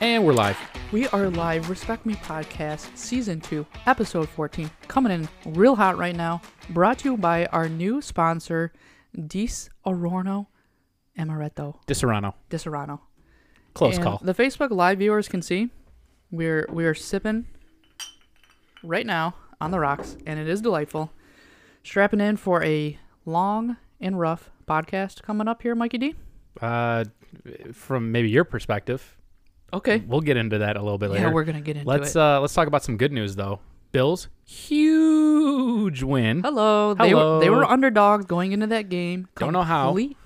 And we're live. We are live, Respect Me Podcast, Season 2, Episode 14, coming in real hot right now. Brought to you by our new sponsor, Dis Ororno Amaretto DiSerrano. Di Serrano. Close And call. The Facebook Live viewers can see we're we are sipping right now on the rocks, and it is delightful. Strapping in for a long and rough podcast coming up here, Mikey D. uh, from maybe your perspective, Okay. we'll get into that a little bit later. Yeah, we're gonna get into let's it. uh let's talk about some good news though. Bills huge win. Hello. They were they hello. were underdogs going into that game. Don't know how. Eh, Complete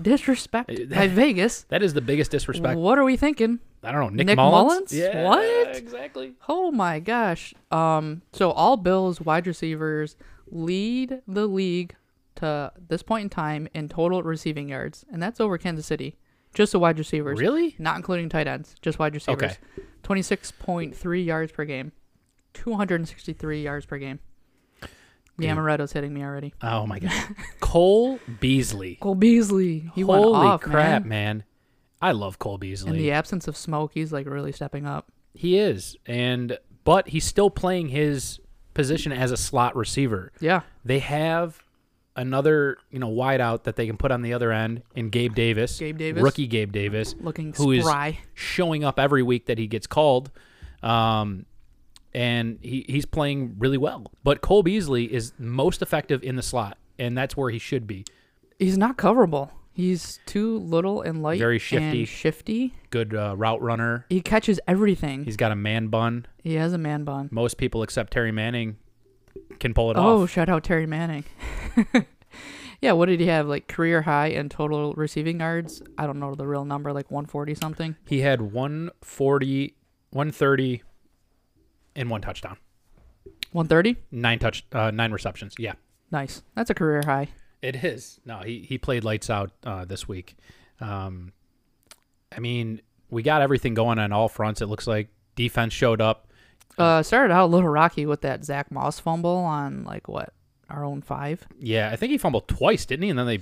disrespect by Vegas. That is the biggest disrespect. What are we thinking? I don't know. Nick, Nick Mullins. Mullins? What? Exactly. Oh my gosh. Um so all Bills wide receivers lead the league to this point in time in total receiving yards, and that's over Kansas City. Just the wide receivers. Really? Not including tight ends, just wide receivers. 26.3 yards per game. 263 yards per game. The Dude. Amaretto's hitting me already. Oh my god. Cole Beasley. Cole Beasley. He Holy went off, crap, man. man. I love Cole In Beasley. the absence of smoke, he's like really stepping up. He is. And but he's still playing his position as a slot receiver. Yeah. They have another, you know, wideout that they can put on the other end in Gabe Davis. Gabe Davis. Rookie Gabe Davis. Looking who is spry. showing up every week that he gets called. Um and he, he's playing really well. But Cole Beasley is most effective in the slot, and that's where he should be. He's not coverable. He's too little and light. Very shifty. And shifty. Good uh, route runner. He catches everything. He's got a man bun. he has a man bun. Most people except Terry Manning can pull it Oh, off. shout out Terry Manning. yeah, what did he have? Like career high in total receiving yards? I don't know the real number, like 140 something. He had 140, 130, and one touchdown. 130? Nine touch, uh, nine receptions. Yeah, Nice. That's a career high. it is. No, he he played lights out uh, this week. Um, I mean, we got everything going on all fronts. It looks like defense showed up. Uh, started out a little rocky with that Zach Moss fumble on like what? Our own five? Yeah, I think he fumbled twice, didn't he? And then they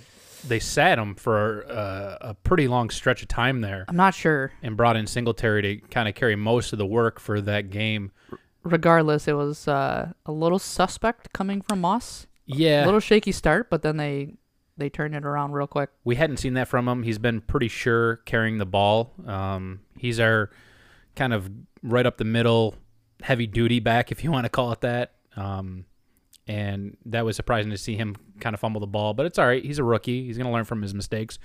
they sat him for uh, a pretty long stretch of time there. I'm not sure. And brought in Singletary to kind of carry most of the work for that game. regardless, it was uh, a little suspect coming from Moss. Yeah, A little shaky start, but then they they turned it around real quick. we hadn't seen that from him. He's been pretty sure carrying the ball. Um, he's our kind of right up the middle, heavy duty back, if you want to call it that. Um, and that was surprising to see him kind of fumble the ball, but it's all right. He's a rookie. He's going to learn from his mistakes.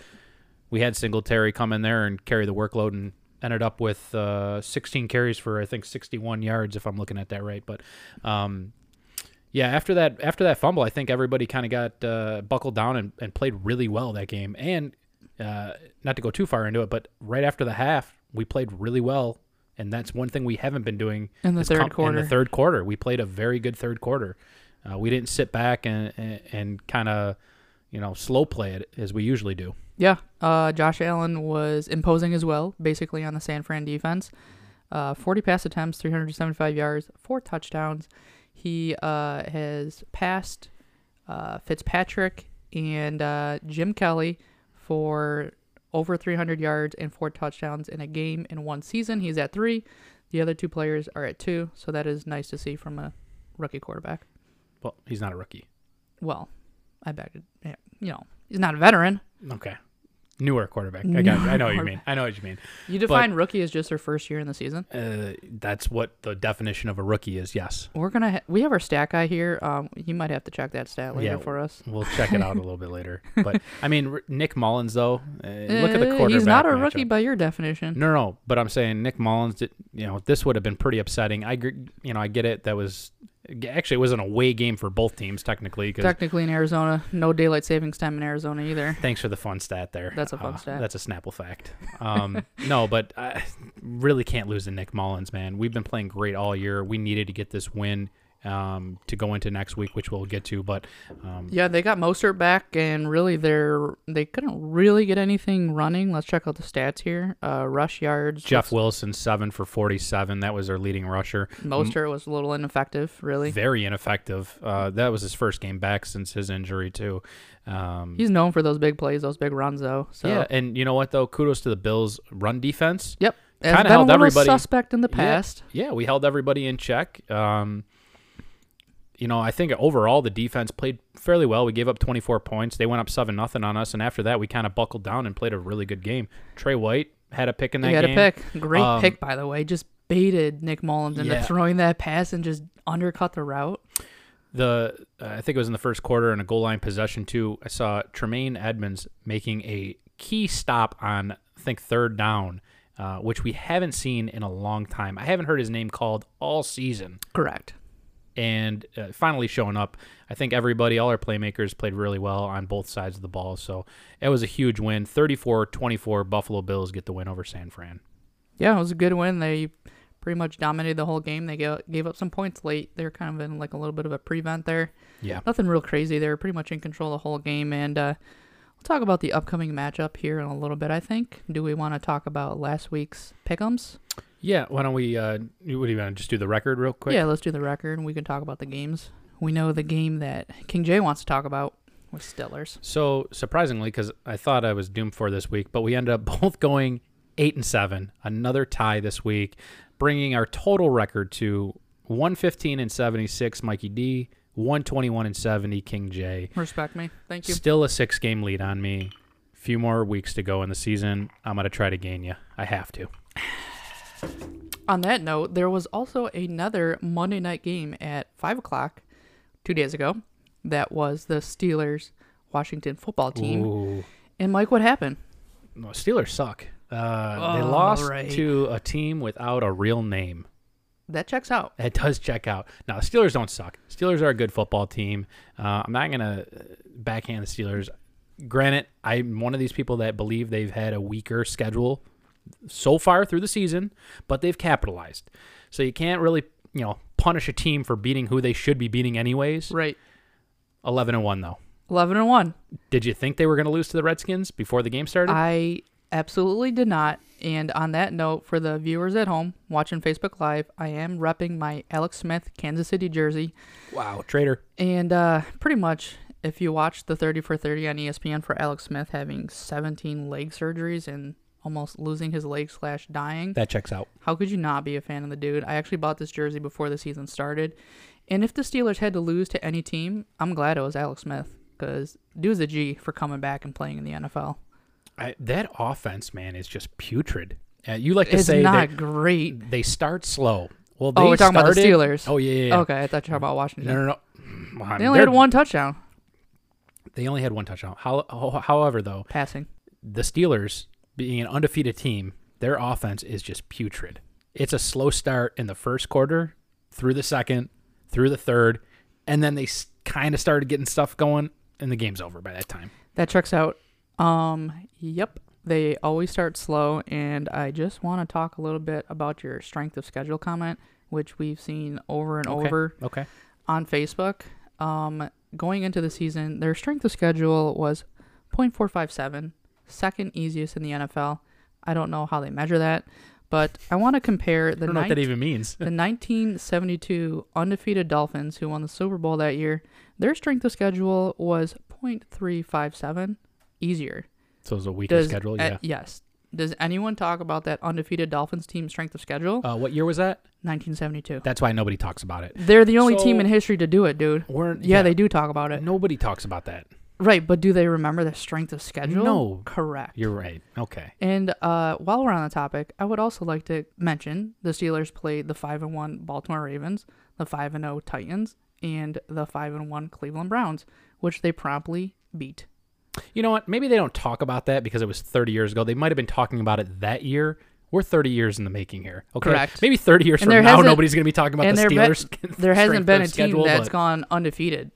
We had Singletary come in there and carry the workload and ended up with uh, 16 carries for I think 61 yards, if I'm looking at that right. But um, yeah, after that after that fumble, I think everybody kind of got uh, buckled down and, and played really well that game. And uh, not to go too far into it, but right after the half, we played really well, and that's one thing we haven't been doing In the is third In quarter. the third quarter, we played a very good third quarter. Uh, we didn't sit back and and, and kind of you know slow play it as we usually do. Yeah, uh, Josh Allen was imposing as well, basically on the San Fran defense. Uh, 40 pass attempts, 375 yards, four touchdowns. He uh, has passed uh, Fitzpatrick and uh, Jim Kelly for over 300 yards and four touchdowns in a game in one season. He's at three. The other two players are at two, so that is nice to see from a rookie quarterback. Well, he's not a rookie. Well, I bet, yeah, you know, he's not a veteran. Okay, newer quarterback. I got. I know what you mean. I know what you mean. You define rookie as just their first year in the season? Uh, that's what the definition of a rookie is. Yes. We're gonna ha- we have our stat guy here. Um, he might have to check that stat later Yeah, for us. We'll check it out a little bit later. But I mean, R- Nick Mullins though. Uh, look at the Eh, quarterback. He's not a matchup. rookie by your definition. No, no, but I'm saying Nick Mullins. Did, you know, this would have been pretty upsetting. I, gr- you know, I get it. That was actually it was an away game for both teams technically. 'cause- Technically in Arizona, no daylight savings time in Arizona either. thanks for the fun stat there. That's a fun Uh, stat. That's a Snapple fact. Um, no, but I really can't lose to Nick Mullins, man. We've been playing great all year. We needed to get this win. um, to go into next week, which we'll get to. But um, Yeah, they got Mostert back, and really, they're they couldn't really get anything running. Let's check out the stats here. Uh, rush yards. Jeff Wilson, seven for 47. That was their leading rusher. Mostert was a little ineffective, really. Very ineffective. Uh, that was his first game back since his injury, too. Um, He's known for those big plays, those big runs, though. So Yeah, and you know what, though? Kudos to the Bills' run defense. yep, Has Kinda been held a little everybody- suspect in the Yeah. past. Yeah, we held everybody in check. Um, you know, I think overall the defense played fairly well. We gave up 24 points. They went up seven nothing on us, and after that we kind of buckled down and played a really good game. Trey White had a pick in that He had game. a pick, great Um, pick by the way. Just baited Nick Mullins into Yeah. throwing that pass and just undercut the route. The uh, I think it was in the first quarter and a goal line possession too. I saw Tremaine Edmonds making a key stop on I think third down, uh, which we haven't seen in a long time. I haven't heard his name called all season. Correct. and uh, finally showing up. I think everybody, all our playmakers, played really well on both sides of the ball. So it was a huge win. 34 24, Buffalo Bills get the win over San Fran. Yeah, it was a good win. They pretty much dominated the whole game. They gave, gave up some points late. They were kind of in like a little bit of a prevent there. Yeah. Nothing real crazy. They were pretty much in control the whole game. And uh, we'll talk about the upcoming matchup here in a little bit, I think. Do we want to talk about last week's pick'ems? Yeah. Why don't we, uh, you- what do you want to just do the record real quick? Yeah, let's do the record and we can talk about the games. We know the game that King Jay wants to talk about was Steelers. So surprisingly, because I thought I was doomed for this week, but we ended up both going eight and seven. Another tie this week, bringing our total record to 115 and 76, Mikey D, 121 and 70, King J. Respect me. Thank you. Still a six game lead on me. Few more weeks to go in the season. I'm gonna try to gain you. I have to. On that note, there was also another Monday night game at five o'clock two days ago. That was the Steelers Washington football team. Ooh. And Mike, what happened? No, Steelers suck. Uh, they All lost Oh, right. to a team without a real name. That checks out. That does check out. Now the Steelers don't suck. Steelers are a good football team. Uh, I'm not gonna uh, backhand the Steelers. Granted, I'm one of these people that believe they've had a weaker schedule so far through the season, but they've capitalized. So you can't really, you know, punish a team for beating who they should be beating anyways. Right. 11 and 1 though. Eleven and one. Did you think they were going to lose to the Redskins before the game started? I absolutely did not. And on that note, for the viewers at home watching Facebook Live, I am repping my Alex Smith Kansas City jersey. wow, traitor. And uh, pretty much, if you watch the 30 for 30 on E ESPN for Alex Smith having 17 leg surgeries and almost losing his leg slash dying, That checks out. how could you not be a fan of the dude? I actually bought this jersey before the season started. And if the Steelers had to lose to any team, I'm glad it was Alex Smith because dude's a G for coming back and playing in the NFL. I, that offense, man, is just putrid. Uh, you like to It's say not that great. they start slow. Well, they Oh, we're talking about the started- Steelers. Oh yeah, yeah, yeah. Okay, I thought you were talking about Washington. No, no, no. Well, They only they're- had one touchdown They only had one touchdown. How, ho- however, though, passing. the Steelers, being an undefeated team, their offense is just putrid. It's a slow start in the first quarter, through the second, through the third, and then they kind of started getting stuff going, and the game's over by that time. That checks out. Um, yep. They always start slow, and I just want to talk a little bit about your strength of schedule comment, which we've seen over and Okay. over Okay. on Facebook. Um, going into the season, their strength of schedule was 0.457, second easiest in the NFL. I don't know how they measure that, but I want to compare I the don't know what nine that even means. The 1972 undefeated Dolphins, who won the Super Bowl that year, their strength of schedule was .357 easier. So it's a weaker Does schedule. uh, Yeah. yes. Does anyone talk about that undefeated Dolphins team strength of schedule? Uh, what year was that? 1972. That's why nobody talks about it. They're the only team So- in history to do it, dude. We're, Yeah, they do talk about it. Nobody talks about that. Right, but do they remember their strength of schedule? No. Correct. You're right. Okay. And uh, while we're on the topic, I would also like to mention the Steelers played the five and one Baltimore Ravens, the five and zero Titans, and the five and one Cleveland Browns, which they promptly beat. You know what? Maybe they don't talk about that because it was 30 years ago. They might have been talking about it that year. We're 30 years in the making here. Okay. Correct. Maybe 30 years And from there now, hasn't- nobody's going to be talking about and the there be- Steelers. There strength hasn't been a of team schedule, that's but- gone undefeated.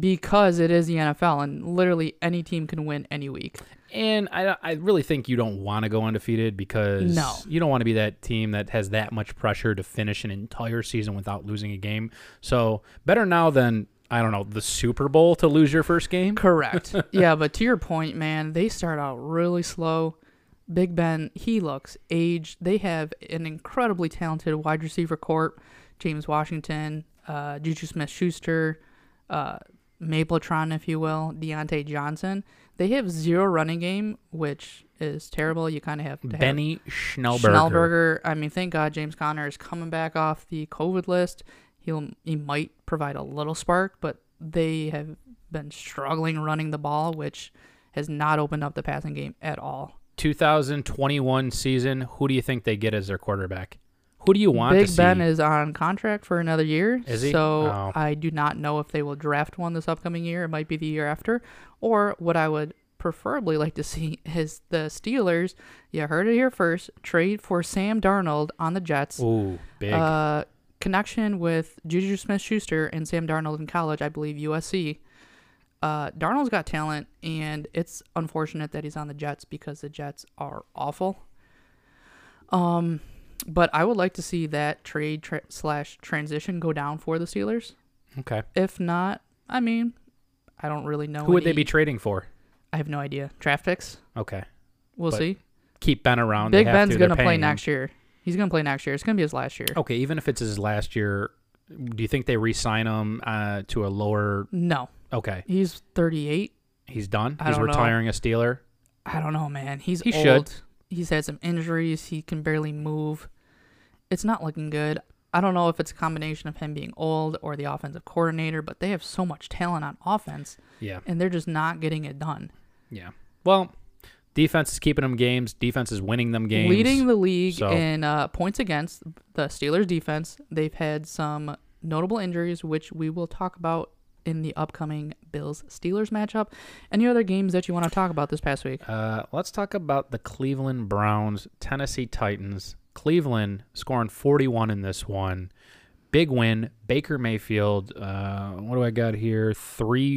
because it is the NFL and literally any team can win any week. And I, I really think you don't want to go undefeated because No. you don't want to be that team that has that much pressure to finish an entire season without losing a game. So better now than I don't know the Super Bowl to lose your first game. Correct. yeah, but to your point, man, they start out really slow. Big Ben, he looks aged. They have an incredibly talented wide receiver court. James Washington, uh, Juju Smith Schuster, uh, Mapletron, if you will, Deontay Johnson. They have zero running game, which is terrible. You kind of have to have Benny Schnellberger. Schnellberger. I mean, thank God James Conner is coming back off the COVID list. He'll he might provide a little spark, but they have been struggling running the ball, which has not opened up the passing game at all. 2021 season. Who do you think they get as their quarterback? Who do you want? Big to Ben see? is on contract for another year, Is he? so Oh. I do not know if they will draft one this upcoming year. It might be the year after, or what I would preferably like to see is the Steelers. You heard it here first. Trade for Sam Darnold on the Jets. Ooh, big. uh, connection with Juju Smith Schuster and Sam Darnold in college, I believe USC. Uh, Darnold's got talent, and it's unfortunate that he's on the Jets because the Jets are awful. Um, but I would like to see that trade tra- slash transition go down for the Steelers. okay. If not, I mean, I don't really know. Who would they any- be trading for? I have no idea. Draft picks. Okay. We'll But see. Keep Ben around. Big They have Ben's to. They're gonna play paying him. Oh. next year. He's gonna play next year. It's gonna be his last year. Okay, even if it's his last year, do you think they re-sign him uh, to a lower? No, Okay, he's 38. he's done. I He's don't know. retiring a Steeler. I don't know, man. He's He old. should. He's had some injuries. He can barely move. It's not looking good. I don't know if it's a combination of him being old or the offensive coordinator, but they have so much talent on offense Yeah, and they're just not getting it done. yeah. Well, defense is keeping them games. Defense is winning them games. Leading the league so- in uh, points against the Steelers defense, they've had some notable injuries, which we will talk about in the upcoming Bills Steelers matchup. Any other games that you want to talk about this past week? Uh, let's talk about the Cleveland Browns, Tennessee Titans. Cleveland scoring 41 in this one. Big win. Baker Mayfield. Uh, what do I got here?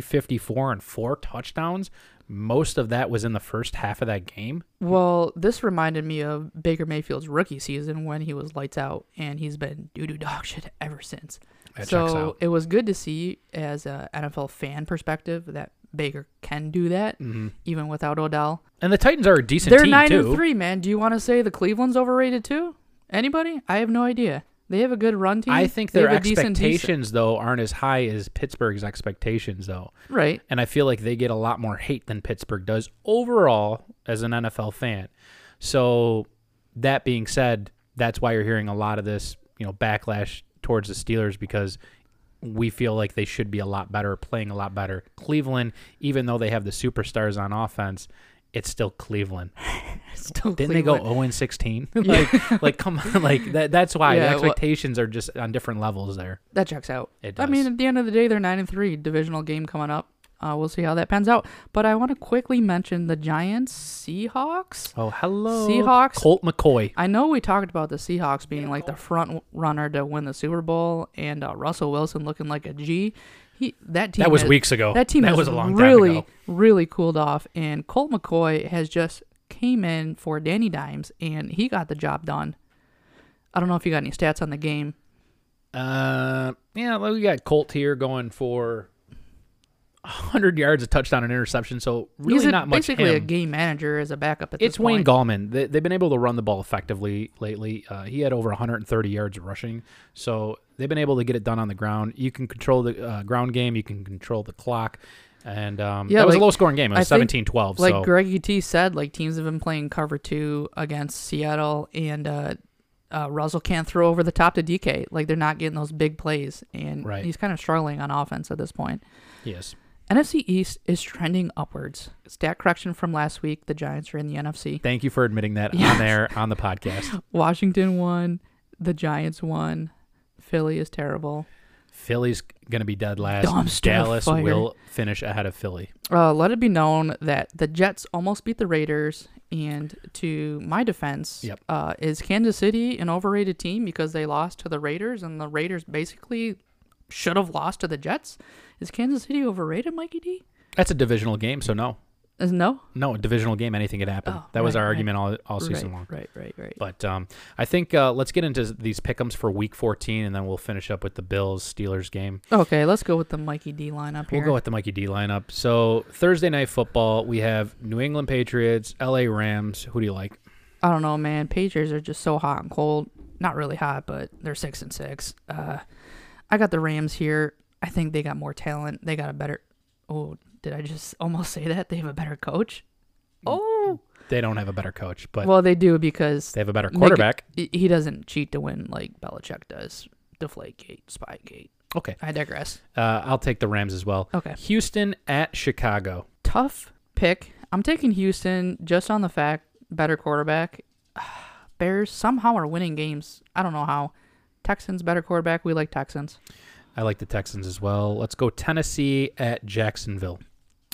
354 and four touchdowns. Most of that was in the first half of that game. Well, this reminded me of Baker Mayfield's rookie season when he was lights out, and he's been doo doo dog shit ever since. That so checks out. it was good to see, as a NFL fan perspective, that Baker can do that even without Odell. Mm-hmm. And the Titans are a decent They're team nine Mm. too. and three, man. Do you want to say the Cleveland's overrated too? Anybody? I have no idea. They have a good run team. I think They their have a decent defense. expectations though aren't as high as Pittsburgh's expectations though. right? and I feel like they get a lot more hate than Pittsburgh does overall as an NFL fan. So that being said, that's why you're hearing a lot of this, you know, backlash towards the Steelers because we feel like they should be a lot better, playing a lot better. Cleveland, even though they have the superstars on offense, it's still Cleveland. Still Didn't Cleveland. they go 0 and 16? like, like, come on, like that. That's why Yeah, the well- expectations are just on different levels there. that checks out. It I mean, does. at the end of the day, they're nine and three divisional game coming up. Uh, we'll see how that pans out. But I want to quickly mention the Giants, Seahawks. Oh, hello, Seahawks- Colt McCoy. I know we talked about the Seahawks being like the front runner to win the Super Bowl, and uh, Russell Wilson looking like a G. He that team That was has- weeks ago. That team That has was a long time really, ago. really cooled off, and Colt McCoy has just came in for Danny Dimes, and he got the job done. I don't know if you got any stats on the game. Uh, yeah, well, we got Colt here going for 100 yards, a touchdown, an interception. So really He's a- not much. basically a him. game manager as a backup at this It's Wayne point. Gallman. They, they've been able to run the ball effectively lately. Uh, he had over 130 yards rushing, so they've been able to get it done on the ground. You can control the uh, ground game. You can control the clock, and um, Yeah, that was a like- low scoring game. It I was think, 17-12. like so Greggy T said, like teams have been playing cover two against Seattle, and uh, uh, Russell can't throw over the top to DK. Like they're not getting those big plays, and Right. he's kind of struggling on offense at this point. yes, NFC East is trending upwards. Stat correction from last week: the Giants are in the NFC. thank you for admitting that Yeah. on there on the podcast. Washington won. The Giants won. Philly is terrible. Philly's gonna be dead last. Dumpster Dallas fire. will finish ahead of Philly. Uh, let it be known that the Jets almost beat the Raiders. And to my defense, Yep. uh, is Kansas City an overrated team because they lost to the Raiders and the Raiders basically should have lost to the Jets. Is Kansas City overrated, Mikey D? That's a divisional game, so no, Is no. no a divisional game, anything could happen. Oh, that was right, our right. argument all, all season right, long. Right, right, right. But um, I think uh, let's get into these pickums for Week 14, and then we'll finish up with the Bills Steelers game. Okay, let's go with the Mikey D lineup here. We'll go with the Mikey D lineup. So Thursday night football, we have New England Patriots, L.A. Rams. Who do you like? I don't know, man. Patriots are just so hot and cold. Not really hot, but they're six and six. Uh, I got the Rams here. I think they got more talent. They got a better. Oh, did I just almost say that? They have a better coach. Oh, They don't have a better coach, but well, they do because they have a better Make it- quarterback. he he doesn't cheat to win like Belichick does. Deflategate, Spygate. Okay, I digress. uh, I'll take the Rams as well. Okay. Houston at Chicago. tough pick. I'm taking Houston just on the fact better quarterback. Bears somehow are winning games. I don't know how. Texans better quarterback. We like Texans. I like the Texans as well. Let's go Tennessee at Jacksonville.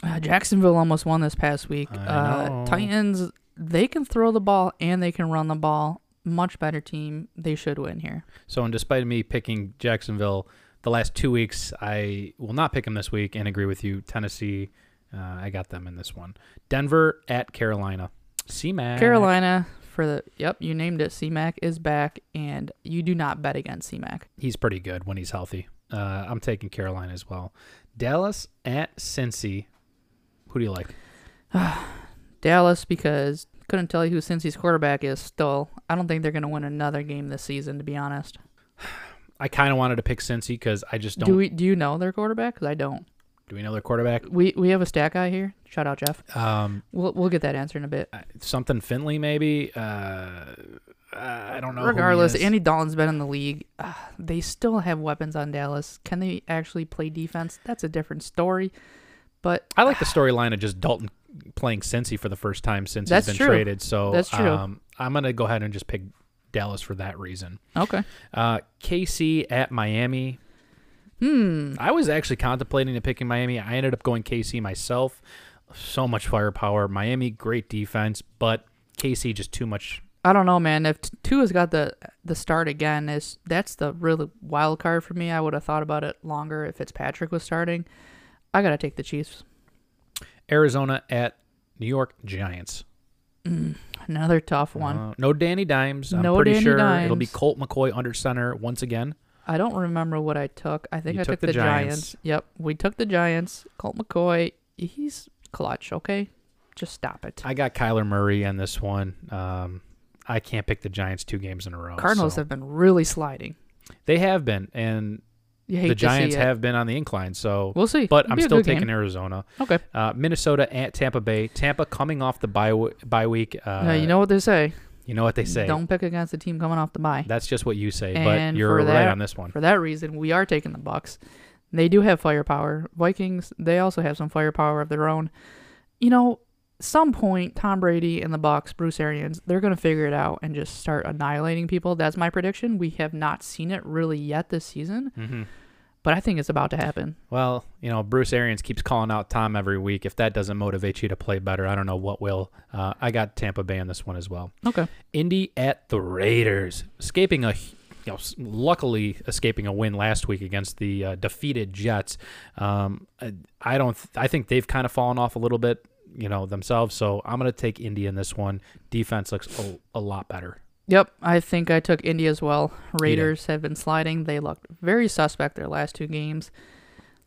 Uh, Jacksonville almost won this past week. I know. Uh, Titans they can throw the ball and they can run the ball. Much better team. They should win here. So, and despite me picking Jacksonville the last two weeks, I will not pick them this week and agree with you. Tennessee, uh, I got them in this one. Denver at Carolina. C-Mac. Carolina for the yep. You named it. CMAC is back, and you do not bet against CMAC. He's pretty good when he's healthy. Uh, I'm taking Carolina as well. Dallas at Cincy. Who do you like? Dallas because couldn't tell you who Cincy's quarterback is still. I don't think they're going to win another game this season, to be honest. I kind of wanted to pick Cincy because I just don't. Do Do we, we? Do you know their quarterback? Because I don't. know their quarterback? We we have a stat guy here. Shout out Jeff. Um, We'll we'll get that answer in a bit. I- something Finley maybe. Uh, I don't know. who he Regardless, is. Andy Dalton's been in the league. Uh, they still have weapons on Dallas. Can they actually play defense? That's a different story. But I like the storyline of just Dalton playing Cincy for the first time since That's he's been true. traded. So That's true. Um, I'm gonna go ahead and just pick Dallas for that reason. okay. Uh, KC at Miami. Hmm. I was actually contemplating to picking Miami. I ended up going KC myself. So much firepower. Miami, great defense, but KC just too much. I don't know, man. If T- Tua's got the the start again, is that's the really wild card for me. I would have thought about it longer if Fitzpatrick was starting. I gotta take the Chiefs. Arizona at New York Giants. Mm, Another tough one. Uh, no Danny Dimes. I'm No pretty Danny sure it'll be Dimes. Colt McCoy under center once again. I don't remember what I took. I think You I took took, the the, Giants. Giants. Yep, we took the Giants. Colt McCoy, he's clutch. Okay, just stop it. I got Kyler Murray on this one. Um, I can't pick the Giants two games in a row. Cardinals so- have been really sliding. they have been, and You hate the to Giants see it. have been on the incline. So, We'll see, but It'll I'm be a still good taking game. Arizona, Okay. uh, Minnesota at Tampa Bay. Tampa coming off the bye w- bye week. Uh, Now, you know what they say. you know what they say. Don't pick against the team coming off the bye. That's just what you say, And but you're for right that- on this one. For that reason, we are taking the Bucks. They do have firepower. Vikings, they also have some firepower of their own. You know, some point Tom Brady and the Bucks, Bruce Arians, they're going to figure it out and just start annihilating people. That's my prediction. We have not seen it really yet this season, Mhm. but I think it's about to happen. Well, you know, Bruce Arians keeps calling out Tom every week. If that doesn't motivate you to play better, I don't know what will. Uh, I got Tampa Bay on this one as well. Okay. Indy at the Raiders, escaping a, you know, s- luckily escaping a win last week against the uh, defeated Jets. Um, I, I don't. Th- I think they've kind of fallen off a little bit, you know, themselves. So I'm gonna take Indy in this one. Defense looks a, a lot better. Yep, I think I took Indy as well. Raiders have been sliding. They looked very suspect their last two games.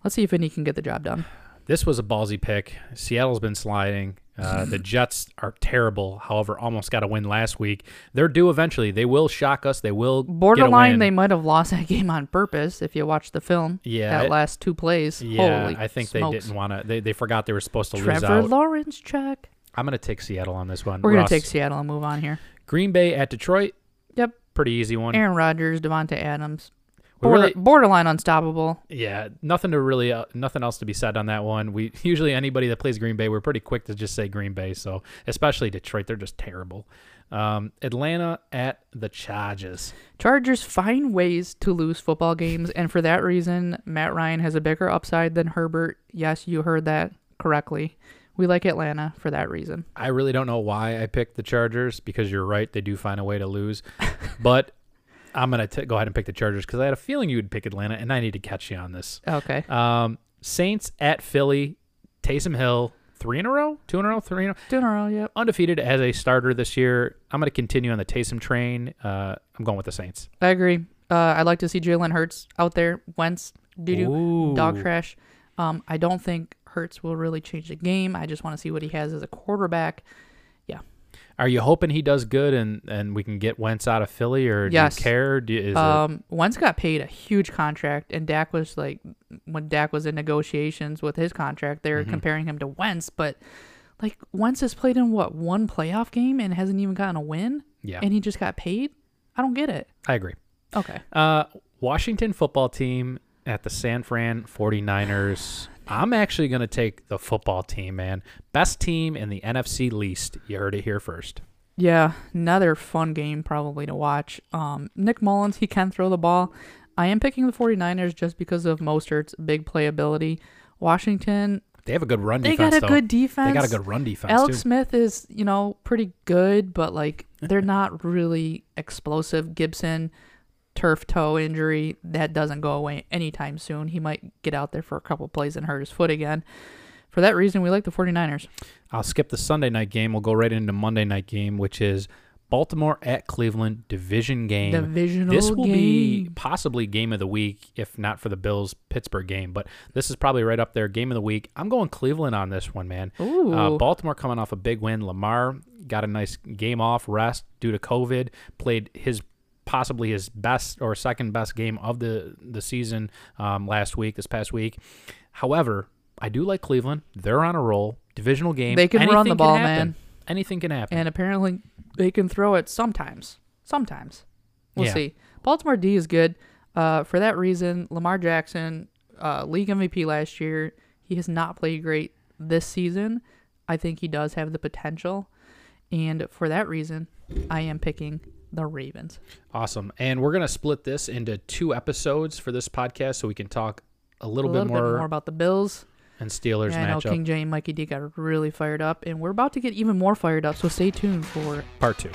Let's see if Indy can get the job done. This was a ballsy pick. Seattle's been sliding. Uh, the Jets are terrible. However, almost got a win last week. They're due eventually. They will shock us. They will get a Borderline, win. they might have lost that game on purpose if you watch the film. Yeah, That I- last two plays. Yeah, Holy I think they smokes. didn't want to. They, they forgot they were supposed to lose Trevor out. Lawrence check. I'm going to take Seattle on this one. We're going Russ, to take Seattle and move on here. Green Bay at Detroit. Yep. Pretty easy one. Aaron Rodgers, Devonta Adams. We Border, really- borderline unstoppable. yeah, nothing to really, uh, nothing else to be said on that one. We usually anybody that plays Green Bay, we're pretty quick to just say Green Bay. So especially Detroit, they're just terrible. Um, Atlanta at the Chargers. Chargers find ways to lose football games, and for that reason, Matt Ryan has a bigger upside than Herbert. Yes, you heard that correctly. We like Atlanta for that reason. I really don't know why I picked the Chargers because you're right, they do find a way to lose, but I'm gonna t- go ahead and pick the Chargers because I had a feeling you would pick Atlanta, and I need to catch you on this. Okay. Um, Saints at Philly, Taysom Hill, three in a row, two in a row, three in a row, General, yep. undefeated as a starter this year. I'm gonna continue on the Taysom train. Uh, I'm going with the Saints. I agree. Uh, I'd like to see Jalen Hurts out there. Wentz, doo doo, Ooh. dog trash. Um, I don't think Hurts will really change the game. I just want to see what he has as a quarterback. Are you hoping he does good and and we can get Wentz out of Philly, or do Yes. you care? Do, is it, Um, Wentz got paid a huge contract, and Dak was like, when Dak was in negotiations with his contract, they were Mm-hmm. comparing him to Wentz, but like Wentz has played in what one playoff game and hasn't even gotten a win, yeah, and he just got paid. I don't get it. I agree. Okay, Uh, Washington football team at the San Fran 49ers. I'm actually going to take the football team, man. Best team in the NFC least. You heard it here first. yeah, another fun game probably to watch. Um, Nick Mullins, he can throw the ball. I am picking the 49ers just because of Mostert's big playability. Washington, They have a good run they defense, got a though. good defense. They got a good run defense, Alex too. Smith is, you know, pretty good, but like they're not really explosive. Gibson turf toe injury that doesn't go away anytime soon. He might get out there for a couple plays and hurt his foot again. For that reason, we like the 49ers. I'll skip the Sunday night game. We'll go right into Monday night game, which is Baltimore at Cleveland division game. Divisional this will be game. possibly game of the week, if not for the Bills Pittsburgh game. But this is probably right up there, game of the week. I'm going Cleveland on this one, man. Ooh. Uh, Baltimore coming off a big win. Lamar got a nice game off rest due to COVID. Played his possibly his best or second best game of the the season um, last week, this past week. However, I do like Cleveland. They're on a roll. Divisional game. They can run the Anything ball, happen. man. Anything can happen. and apparently they can throw it sometimes. Sometimes. We'll Yeah. see. Baltimore D is good. Uh, for that reason, Lamar Jackson, uh, league MVP last year, he has not played great this season. I think he does have the potential. And for that reason, I am picking the Ravens. Awesome. And we're gonna split this into two episodes for this podcast, so we can talk a A little, little bit, more about the Bills. and Steelers Yeah, I know matchup King J and Mikey D got really fired up, and we're about to get even more fired up, so stay tuned for part two.